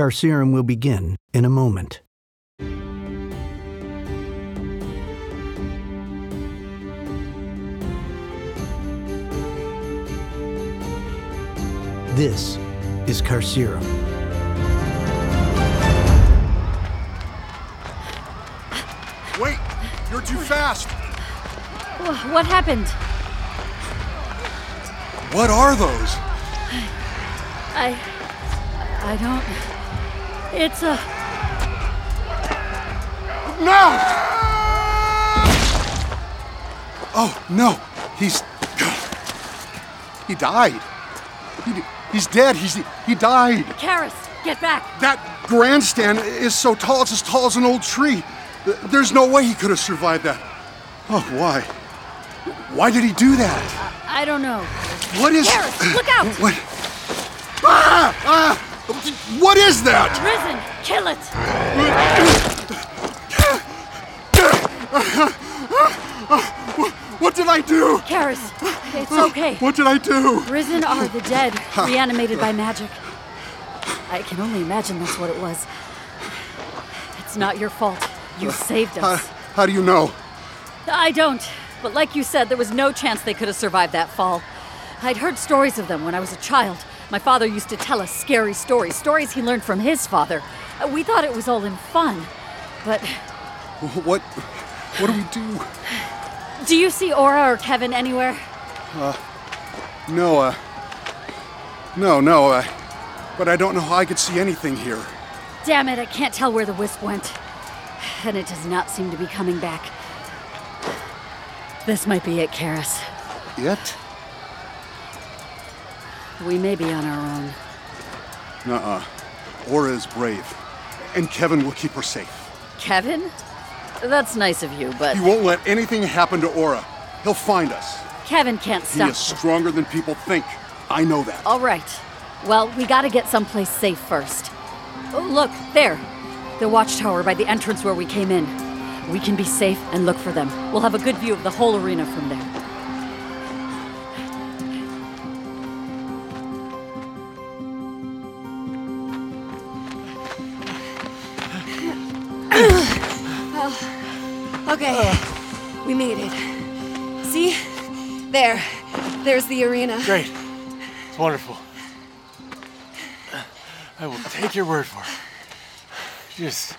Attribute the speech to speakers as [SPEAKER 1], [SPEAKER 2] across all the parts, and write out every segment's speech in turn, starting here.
[SPEAKER 1] Carcerum will begin in a moment. This is Carcerum.
[SPEAKER 2] Wait! You're too fast!
[SPEAKER 3] Wh- What happened?
[SPEAKER 2] What are those?
[SPEAKER 3] I. I don't. It's a.
[SPEAKER 2] No! Oh, no! He's. He died. He, d- he's dead. He's, he died.
[SPEAKER 3] Karis, get back!
[SPEAKER 2] That grandstand is so tall, it's as tall as an old tree. Th- There's no way he could have survived that. Oh, why? Why did he do that?
[SPEAKER 3] I don't know.
[SPEAKER 2] What is.
[SPEAKER 3] Gareth, look out!
[SPEAKER 2] What? Ah! Ah! What is that?
[SPEAKER 3] Risen, kill it!
[SPEAKER 2] What did I do?
[SPEAKER 3] Karis, it's okay.
[SPEAKER 2] What did I do?
[SPEAKER 3] Risen are the dead, reanimated by magic. I can only imagine that's what it was. It's not your fault. You saved
[SPEAKER 2] How,
[SPEAKER 3] us.
[SPEAKER 2] how do you know?
[SPEAKER 3] I don't. But like you said, there was no chance they could have survived that fall. I'd heard stories of them when I was a child. My father used to tell us scary stories, stories he learned from his father. Uh, We thought it was all in fun. But
[SPEAKER 2] What? What do we do?
[SPEAKER 3] do you see Aura or Kevin anywhere?
[SPEAKER 2] No, uh. No, no, uh. But I don't know how I could see anything here.
[SPEAKER 3] Damn it, I can't tell where the wisp went. And it does not seem to be coming back. This might be it, Karis.
[SPEAKER 2] Yet?
[SPEAKER 3] We may be on our own.
[SPEAKER 2] Nuh uh. Aura is brave. And Kevin will keep her safe.
[SPEAKER 3] Kevin? That's nice of you, but
[SPEAKER 2] He won't let anything happen to Aura. He'll find us.
[SPEAKER 3] Kevin can't
[SPEAKER 2] He
[SPEAKER 3] stop.
[SPEAKER 2] is stronger than people think. I know that.
[SPEAKER 3] All right. Well, we gotta get someplace safe first. Oh, look, there. The watchtower by the entrance where we came in. We can be safe and look for them. We'll have a good view of the whole arena from there.
[SPEAKER 4] Okay, we made it. See? There. There's the arena.
[SPEAKER 5] Great. It's wonderful. I will take your word for it. Just,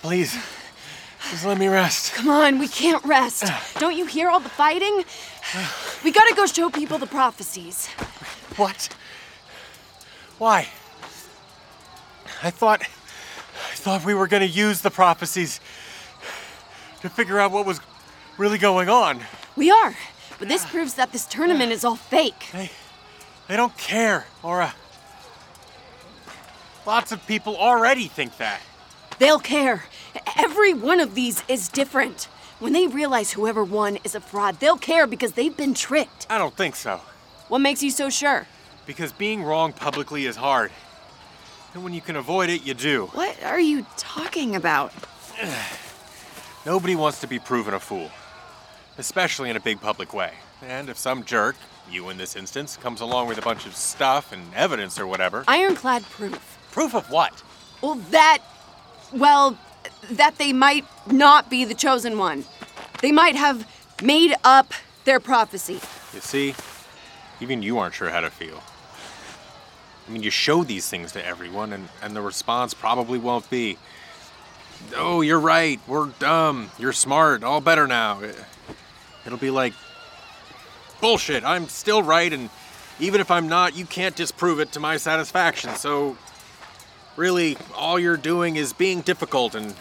[SPEAKER 5] please, just let me rest.
[SPEAKER 4] Come on, we can't rest. Don't you hear all the fighting? We gotta go show people the prophecies.
[SPEAKER 5] What? Why? I thought, I thought we were going to use the prophecies to figure out what was really going on.
[SPEAKER 4] We are, but this proves that this tournament is all fake.
[SPEAKER 5] They, they don't care, Aura. Lots of people already think that.
[SPEAKER 4] They'll care. Every one of these is different. When they realize whoever won is a fraud, they'll care because they've been tricked.
[SPEAKER 5] I don't think so.
[SPEAKER 4] What makes you so sure?
[SPEAKER 5] Because being wrong publicly is hard. And when you can avoid it, you do.
[SPEAKER 4] What are you talking about?
[SPEAKER 5] Nobody wants to be proven a fool, especially in a big public way. And if some jerk, you in this instance, comes along with a bunch of stuff and evidence or whatever,
[SPEAKER 4] Ironclad proof.
[SPEAKER 5] proof of what?
[SPEAKER 4] Well, that. Well, that they might not be the chosen one. They might have made up their prophecy.
[SPEAKER 5] You see, even you aren't sure how to feel. I mean, you show these things to everyone, and, and the response probably won't be, Oh, you're right, we're dumb, you're smart, all better now. It- It'll be like, Bullshit, I'm still right, and even if I'm not, you can't disprove it to my satisfaction, so really, all you're doing is being difficult and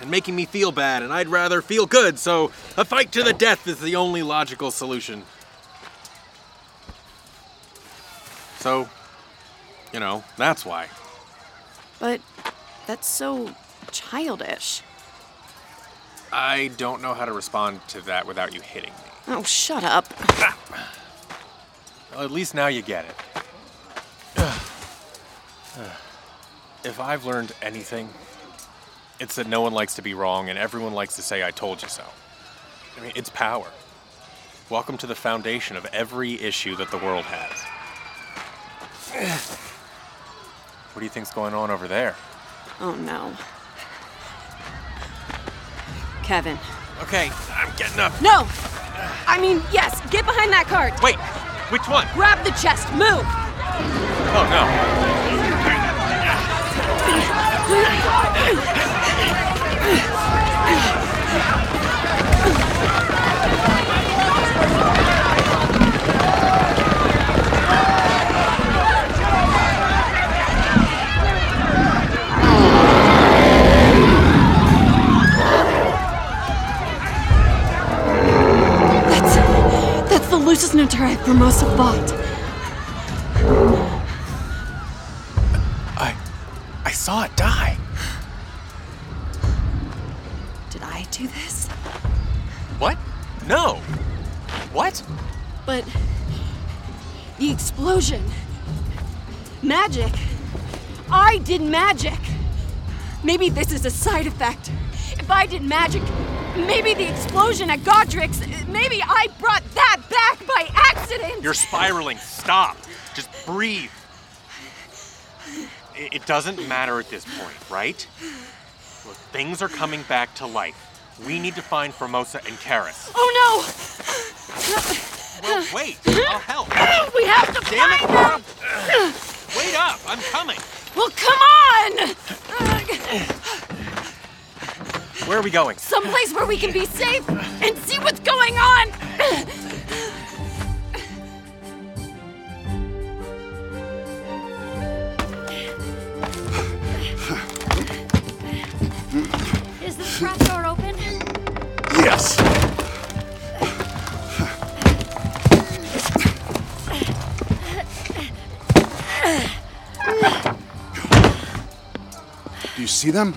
[SPEAKER 5] and making me feel bad, and I'd rather feel good, so a fight to the death is the only logical solution. So, you know, that's why.
[SPEAKER 4] But that's so childish.
[SPEAKER 5] I don't know how to respond to that without you hitting me.
[SPEAKER 4] Oh, shut up.
[SPEAKER 5] Well, at least now you get it. If I've learned anything, it's that no one likes to be wrong and everyone likes to say, I told you so. I mean, it's power. Welcome to the foundation of every issue that the world has. What do you think's going on over there?
[SPEAKER 4] Oh no. Kevin.
[SPEAKER 5] Okay, I'm getting up.
[SPEAKER 4] No! I mean, yes, get behind that cart.
[SPEAKER 5] Wait, which one?
[SPEAKER 4] Grab the chest, move!
[SPEAKER 5] Oh no.
[SPEAKER 4] That's that's the loosest Notara I've most have bought.
[SPEAKER 5] I I saw it die.
[SPEAKER 4] Did I do this?
[SPEAKER 5] What? No. What?
[SPEAKER 4] But the explosion. Magic. I did magic. Maybe this is a side effect. If I did magic, maybe the explosion at Godric's, maybe I brought that back by accident.
[SPEAKER 5] You're spiraling. Stop. Just breathe. I- It doesn't matter at this point, right? Look, things are coming back to life. We need to find Formosa and Karis.
[SPEAKER 4] oh no!
[SPEAKER 5] Well, wait. I'll help. Damn
[SPEAKER 4] We have to
[SPEAKER 5] it,
[SPEAKER 4] find
[SPEAKER 5] Laura.
[SPEAKER 4] them!
[SPEAKER 5] Wait up. I'm coming.
[SPEAKER 4] Well, come on! Uh,
[SPEAKER 5] Where are we going?
[SPEAKER 4] someplace where we can be safe and see what's going on!
[SPEAKER 3] Is the trap door open?
[SPEAKER 2] Yes. Do you see them?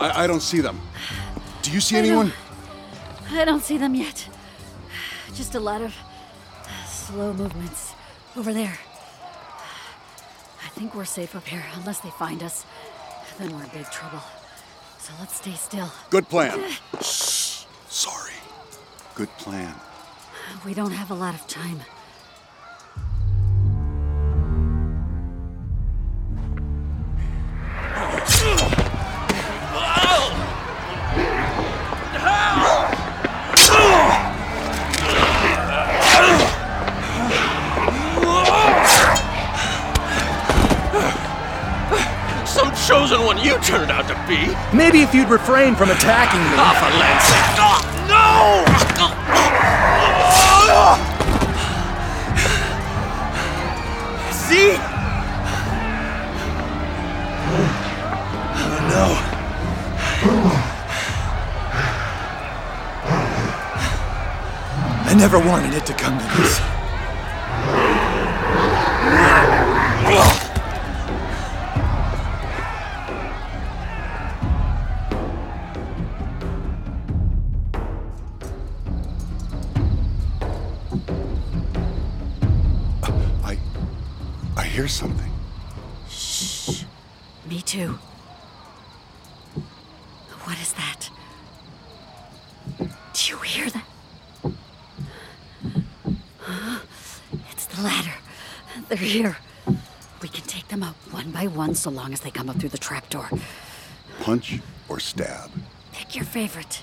[SPEAKER 2] I, I don't see them. Do you see
[SPEAKER 3] I don't-
[SPEAKER 2] anyone?
[SPEAKER 3] I don't see them yet. Just a lot of slow movements over there. I think we're safe up here, unless they find us. Then we're in big trouble. So let's stay still.
[SPEAKER 2] Good plan. Shh. Sorry. Good plan.
[SPEAKER 3] We don't have a lot of time.
[SPEAKER 6] Some chosen one you turned out to be.
[SPEAKER 7] Maybe if you'd refrain from attacking me.
[SPEAKER 6] Ah, for land's sake. Ah, no!
[SPEAKER 7] See? Oh no. I never wanted it to come to this.
[SPEAKER 2] I. I hear something.
[SPEAKER 3] Me too. What is that? Do you hear that? Huh? It's the ladder. They're here. We can take them out one by one so long as they come up through the trapdoor.
[SPEAKER 2] Punch or stab?
[SPEAKER 3] Pick your favorite.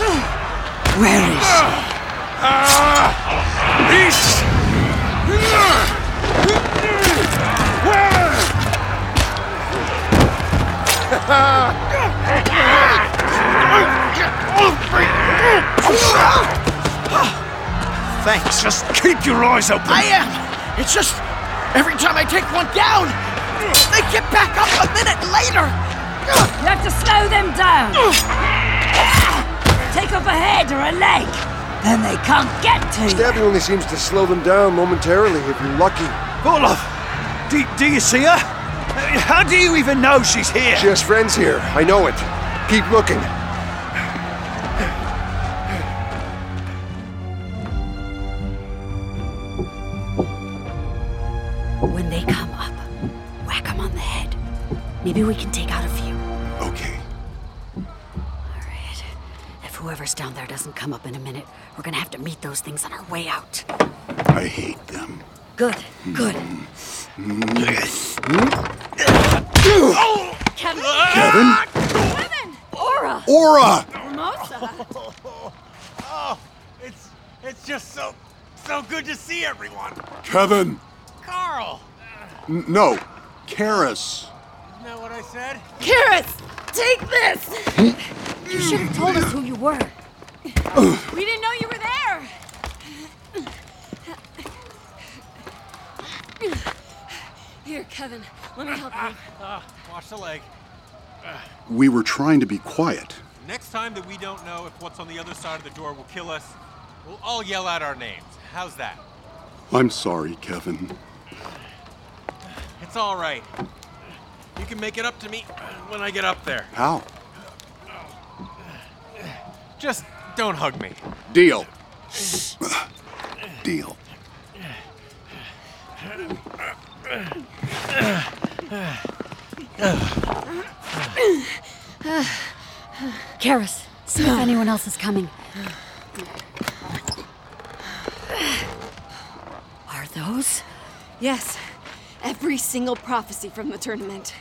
[SPEAKER 3] Where is she?
[SPEAKER 7] Thanks.
[SPEAKER 6] Just keep your eyes open.
[SPEAKER 7] I am. It's just every time I take one down, they get back up a minute later.
[SPEAKER 3] You have to slow them down. Take off a head or a leg. Then they can't get to you.
[SPEAKER 8] Stabbing only seems to slow them down momentarily if you're lucky.
[SPEAKER 7] Olaf, do, do you see her? How do you even know she's here?
[SPEAKER 8] She has friends here. I know it. Keep looking.
[SPEAKER 3] When they come up, whack them on the head. Maybe we can take out a few.
[SPEAKER 2] Okay.
[SPEAKER 3] All right. If whoever down there doesn't come up in a minute, we're gonna have to meet those things on our way out.
[SPEAKER 2] I hate them.
[SPEAKER 3] Good, good. Kevin!
[SPEAKER 2] Kevin?
[SPEAKER 4] Kevin!
[SPEAKER 3] Aura!
[SPEAKER 2] Aura!
[SPEAKER 4] Hermosa!
[SPEAKER 6] Oh, It's it's just so so good to see everyone.
[SPEAKER 2] Kevin!
[SPEAKER 6] Carl,
[SPEAKER 2] N- no. Karis.
[SPEAKER 6] isn't that what I said?
[SPEAKER 4] Karis! Take this!
[SPEAKER 3] You should have told us who you were.
[SPEAKER 4] We didn't know you were there! Here, Kevin, let me help you.
[SPEAKER 5] Wash the leg.
[SPEAKER 2] We were trying to be quiet.
[SPEAKER 5] Next time that we don't know if what's on the other side of the door will kill us, we'll all yell out our names. How's that?
[SPEAKER 2] I'm sorry, Kevin.
[SPEAKER 5] It's all right. You can make it up to me when I get up there.
[SPEAKER 2] How?
[SPEAKER 5] Just don't hug me.
[SPEAKER 2] Deal. Deal.
[SPEAKER 3] Karis, see if anyone else is coming. Are those?
[SPEAKER 4] Yes, every single prophecy from the tournament.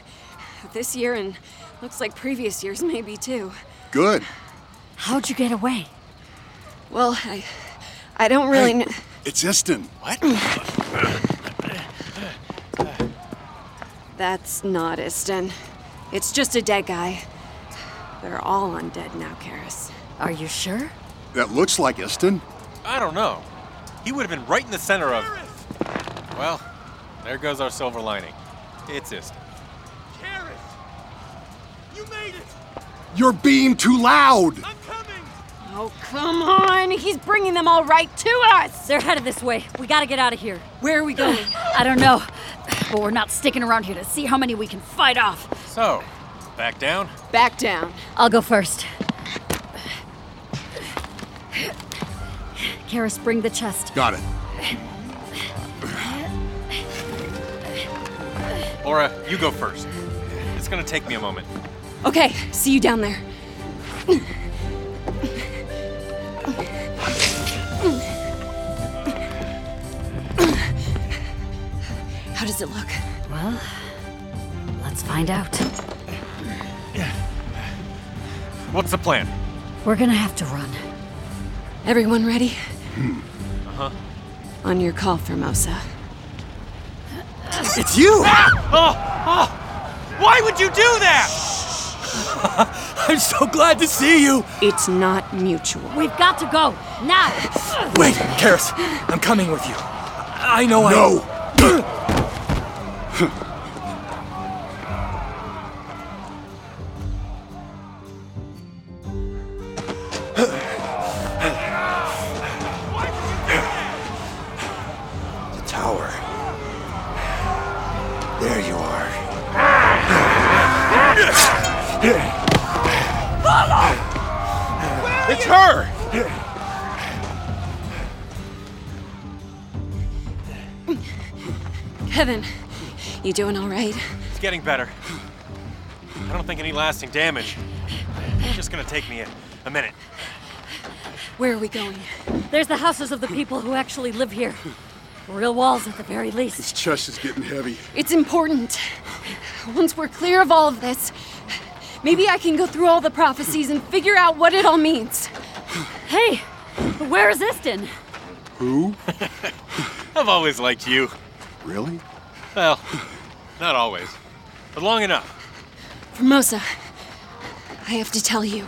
[SPEAKER 4] This year and looks like previous years, maybe too.
[SPEAKER 2] Good.
[SPEAKER 3] How'd you get away?
[SPEAKER 4] Well, I. I don't really
[SPEAKER 2] Hey,
[SPEAKER 4] kn-
[SPEAKER 2] It's Istin.
[SPEAKER 4] That's not Istin. It's just a dead guy. They're all undead now, Karis.
[SPEAKER 3] Are you sure?
[SPEAKER 2] That looks like Istin.
[SPEAKER 5] I don't know. He would have been right in the center of. Well, there goes our silver lining. It's Ist.
[SPEAKER 2] You're being too loud.
[SPEAKER 4] Oh, come on! He's bringing them all right to us!
[SPEAKER 3] They're headed this way. We gotta get out of here.
[SPEAKER 4] Where are we going?
[SPEAKER 3] I don't know, but we're not sticking around here to see how many we can fight off.
[SPEAKER 5] So, back down.
[SPEAKER 4] Back down.
[SPEAKER 3] I'll go first. Karis, bring the chest.
[SPEAKER 2] Got it.
[SPEAKER 5] Laura, you go first. It's gonna take me a moment.
[SPEAKER 4] Okay, see you down there. How does it look?
[SPEAKER 3] Well, let's find out.
[SPEAKER 5] What's the plan?
[SPEAKER 3] We're gonna have to run.
[SPEAKER 4] Everyone ready? On your call, Formosa.
[SPEAKER 2] It's you.
[SPEAKER 5] Why would you do that?
[SPEAKER 7] I'm so glad to see you!
[SPEAKER 4] It's not mutual.
[SPEAKER 3] We've got to go now.
[SPEAKER 7] Wait, Karis, I'm coming with you. I I know I.
[SPEAKER 2] No.
[SPEAKER 8] The tower. There you are.
[SPEAKER 6] It's her.
[SPEAKER 4] Kevin, you doing all right?
[SPEAKER 5] It's getting better. I don't think any lasting damage. It's just gonna take me a, a minute.
[SPEAKER 4] Where are we going?
[SPEAKER 3] There's the houses of the people who actually live here. Real walls at the very
[SPEAKER 2] His
[SPEAKER 3] least.
[SPEAKER 2] chest is getting heavy.
[SPEAKER 4] It's important. Once we're clear of all of this, maybe I can go through all the prophecies and figure out what it all means.
[SPEAKER 3] Hey, where is Istin?
[SPEAKER 2] Who?
[SPEAKER 5] I've always liked you.
[SPEAKER 2] Really?
[SPEAKER 5] Well, not always, but long enough.
[SPEAKER 4] Formosa, I have to tell you.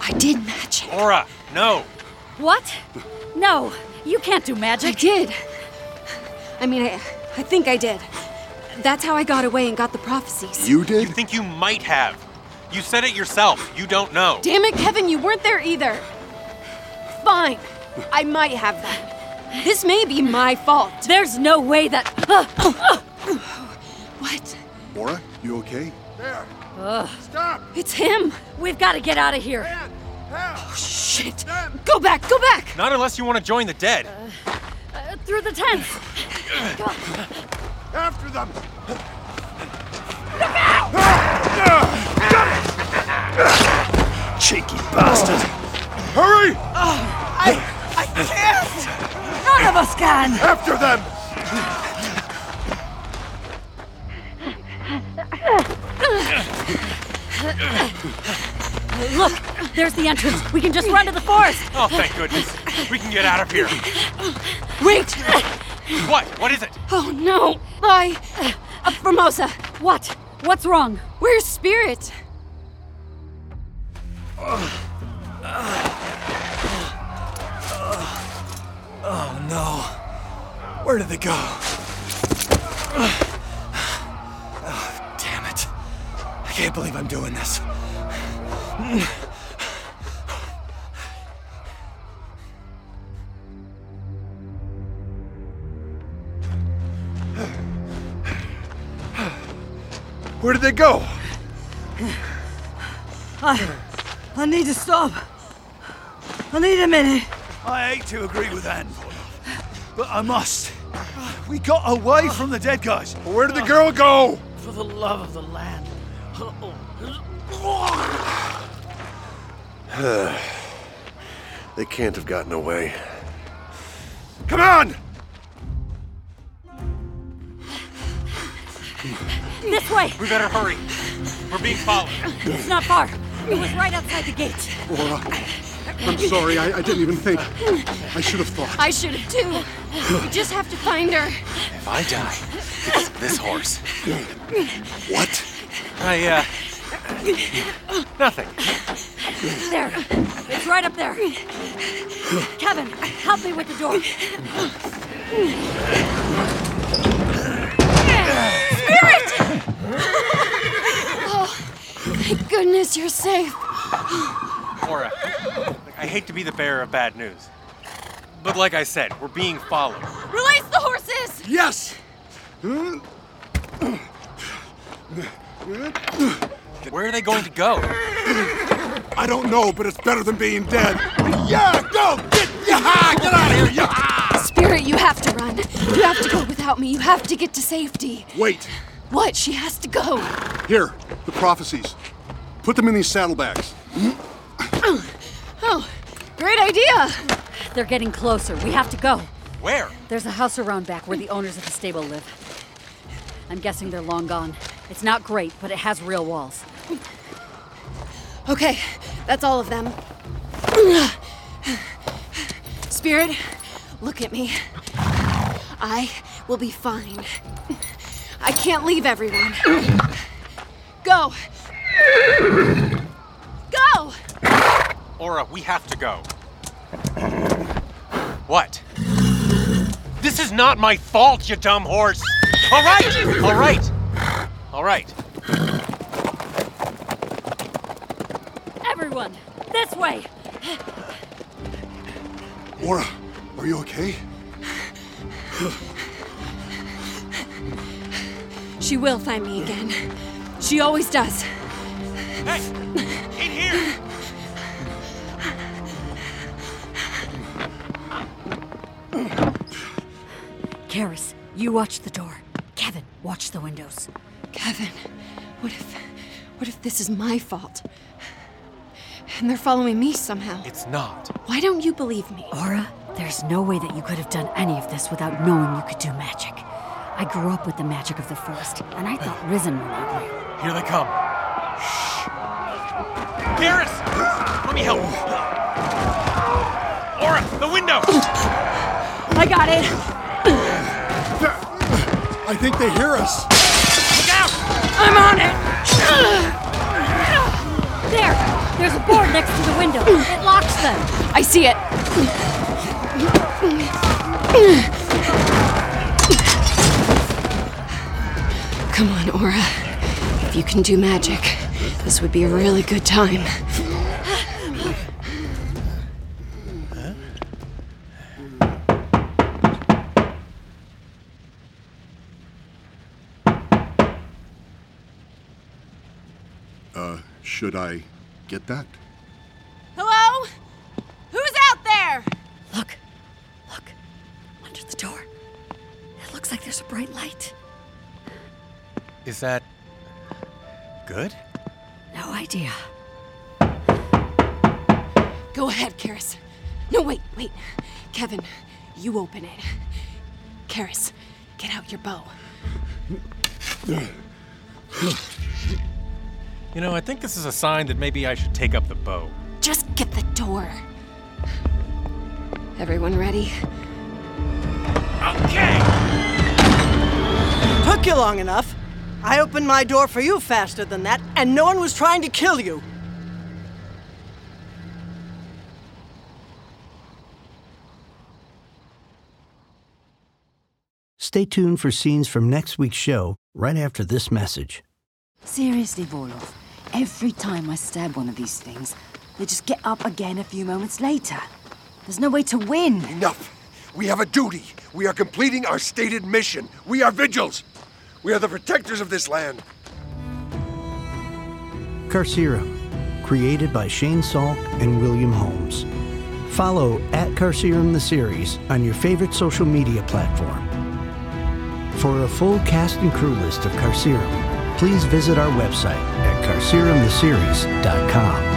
[SPEAKER 4] I did magic.
[SPEAKER 5] Laura, no.
[SPEAKER 3] What? No, you can't do
[SPEAKER 4] I
[SPEAKER 3] magic.
[SPEAKER 4] did. I mean, I, I think I did. That's how I got away and got the prophecies.
[SPEAKER 2] You
[SPEAKER 5] You
[SPEAKER 2] did?
[SPEAKER 5] think you might have. You said it yourself. You don't know.
[SPEAKER 4] Damn it, Kevin, you weren't there either. Fine. I might have that. This may be my fault.
[SPEAKER 3] There's no way that.
[SPEAKER 4] What?
[SPEAKER 2] Aura, you okay? There. Stop.
[SPEAKER 4] It's him.
[SPEAKER 3] We've got to get out of here.
[SPEAKER 4] Shit. Go back, go back.
[SPEAKER 5] Not unless you want to join the dead.
[SPEAKER 3] Uh, through the tents.
[SPEAKER 2] After them.
[SPEAKER 8] cheeky bastard!
[SPEAKER 2] Hurry!
[SPEAKER 9] I, I can't!
[SPEAKER 3] None of us can!
[SPEAKER 2] After them!
[SPEAKER 3] Look, there's the entrance. We can just run to the forest.
[SPEAKER 5] Oh, thank goodness. We can get out of here.
[SPEAKER 4] Wait!
[SPEAKER 5] What? What is it?
[SPEAKER 4] Oh no! I. Uh, Formosa,
[SPEAKER 3] What? What's wrong?
[SPEAKER 4] where's Spirit?
[SPEAKER 8] No. Where did they go? Oh, damn it. I can't believe I'm doing this.
[SPEAKER 2] Where did they go?
[SPEAKER 10] I need to stop. I need a minute.
[SPEAKER 8] I hate to agree with Anvil, but I must. We got away from the dead guys.
[SPEAKER 2] Where did the girl go?
[SPEAKER 9] For the love of the land.
[SPEAKER 8] They can't have gotten away.
[SPEAKER 2] Come on!
[SPEAKER 3] This way.
[SPEAKER 5] We better hurry. We're being followed.
[SPEAKER 3] It's not far. It was right outside the gate.
[SPEAKER 2] Laura, I'm sorry, I, I didn't even think. I should have thought.
[SPEAKER 4] I should have too. We just have to find her.
[SPEAKER 11] If I die, it's this horse.
[SPEAKER 2] What?
[SPEAKER 5] I, uh. Nothing.
[SPEAKER 3] There. It's right up there. Kevin, help me with the door.
[SPEAKER 4] Oh, Thank goodness you're safe.
[SPEAKER 5] Laura, like, I hate to be the bearer of bad news. But like I said, we're being followed.
[SPEAKER 4] Release the horses!
[SPEAKER 2] Yes!
[SPEAKER 5] Where are they going to go?
[SPEAKER 2] I don't know, but it's better than being dead. Yeah, go! Get, yeah, get out of here! Yeah!
[SPEAKER 4] Spirit, you have to run. You have to go without me. You have to get to safety.
[SPEAKER 2] Wait,
[SPEAKER 4] What? She has to go.
[SPEAKER 2] here, the prophecies. Put them in these saddlebags.
[SPEAKER 4] Oh, great idea.
[SPEAKER 3] They're getting closer. We have to go.
[SPEAKER 5] Where?
[SPEAKER 3] There's a house around back where the owners of the stable live. I'm guessing they're long gone. It's not great, but it has real walls.
[SPEAKER 4] Okay, that's all of them. Spirit, look at me. I will be fine. I can't leave everyone. Go! Go!
[SPEAKER 5] Aura, we have to go. What? This is not my fault, you dumb horse! All right! All right! All right.
[SPEAKER 3] Everyone, this way.
[SPEAKER 2] Laura, are you okay?
[SPEAKER 4] She will find me again. She always does.
[SPEAKER 5] Hey! In here!
[SPEAKER 3] Karis, you watch the door. Kevin, watch the windows.
[SPEAKER 4] Kevin, what if. What if this is my fault? And they're following me somehow.
[SPEAKER 5] It's not.
[SPEAKER 4] Why don't you believe me?
[SPEAKER 3] Aura, there's no way that you could have done any of this without knowing you could do magic. I grew up with the magic of the forest, and I thought Risen were not real.
[SPEAKER 5] Here they come. Shh. Garrus! Let me help. Aura, the window!
[SPEAKER 4] I got it!
[SPEAKER 2] I think they hear us.
[SPEAKER 5] Look out!
[SPEAKER 4] I'm on it!
[SPEAKER 3] There! There's a board next to the window. It locks them.
[SPEAKER 4] I see it. Come on, Aura. If you can do magic, this would be a really good time.
[SPEAKER 2] Should I get that?
[SPEAKER 4] Hello? Who's out there?
[SPEAKER 3] Look. Look. Under the door. It looks like there's a bright light.
[SPEAKER 5] Is that. good?
[SPEAKER 3] No idea. Go ahead, Karis. No, wait, wait. Kevin, you open it. Karis, get out your bow.
[SPEAKER 5] You know, I think this is a sign that maybe I should take up the bow.
[SPEAKER 3] Just get the door. Everyone ready?
[SPEAKER 10] Took you long enough. I opened my door for you faster than that, and no one was trying to kill you.
[SPEAKER 1] Stay tuned for scenes from next week's show right after this message.
[SPEAKER 12] Seriously, Vorloff, every time I stab one of these things, they just get up again a few moments later. There's no way to win.
[SPEAKER 8] Enough! We have a duty. We are completing our stated mission. We are Vigils. We are the protectors of this land.
[SPEAKER 1] Carcerum, created by Shane Salk and William Holmes. Follow at Carcerum the series on your favorite social media platform. For a full cast and crew list of Carcerum, please visit our website at carcerumtheseries.com.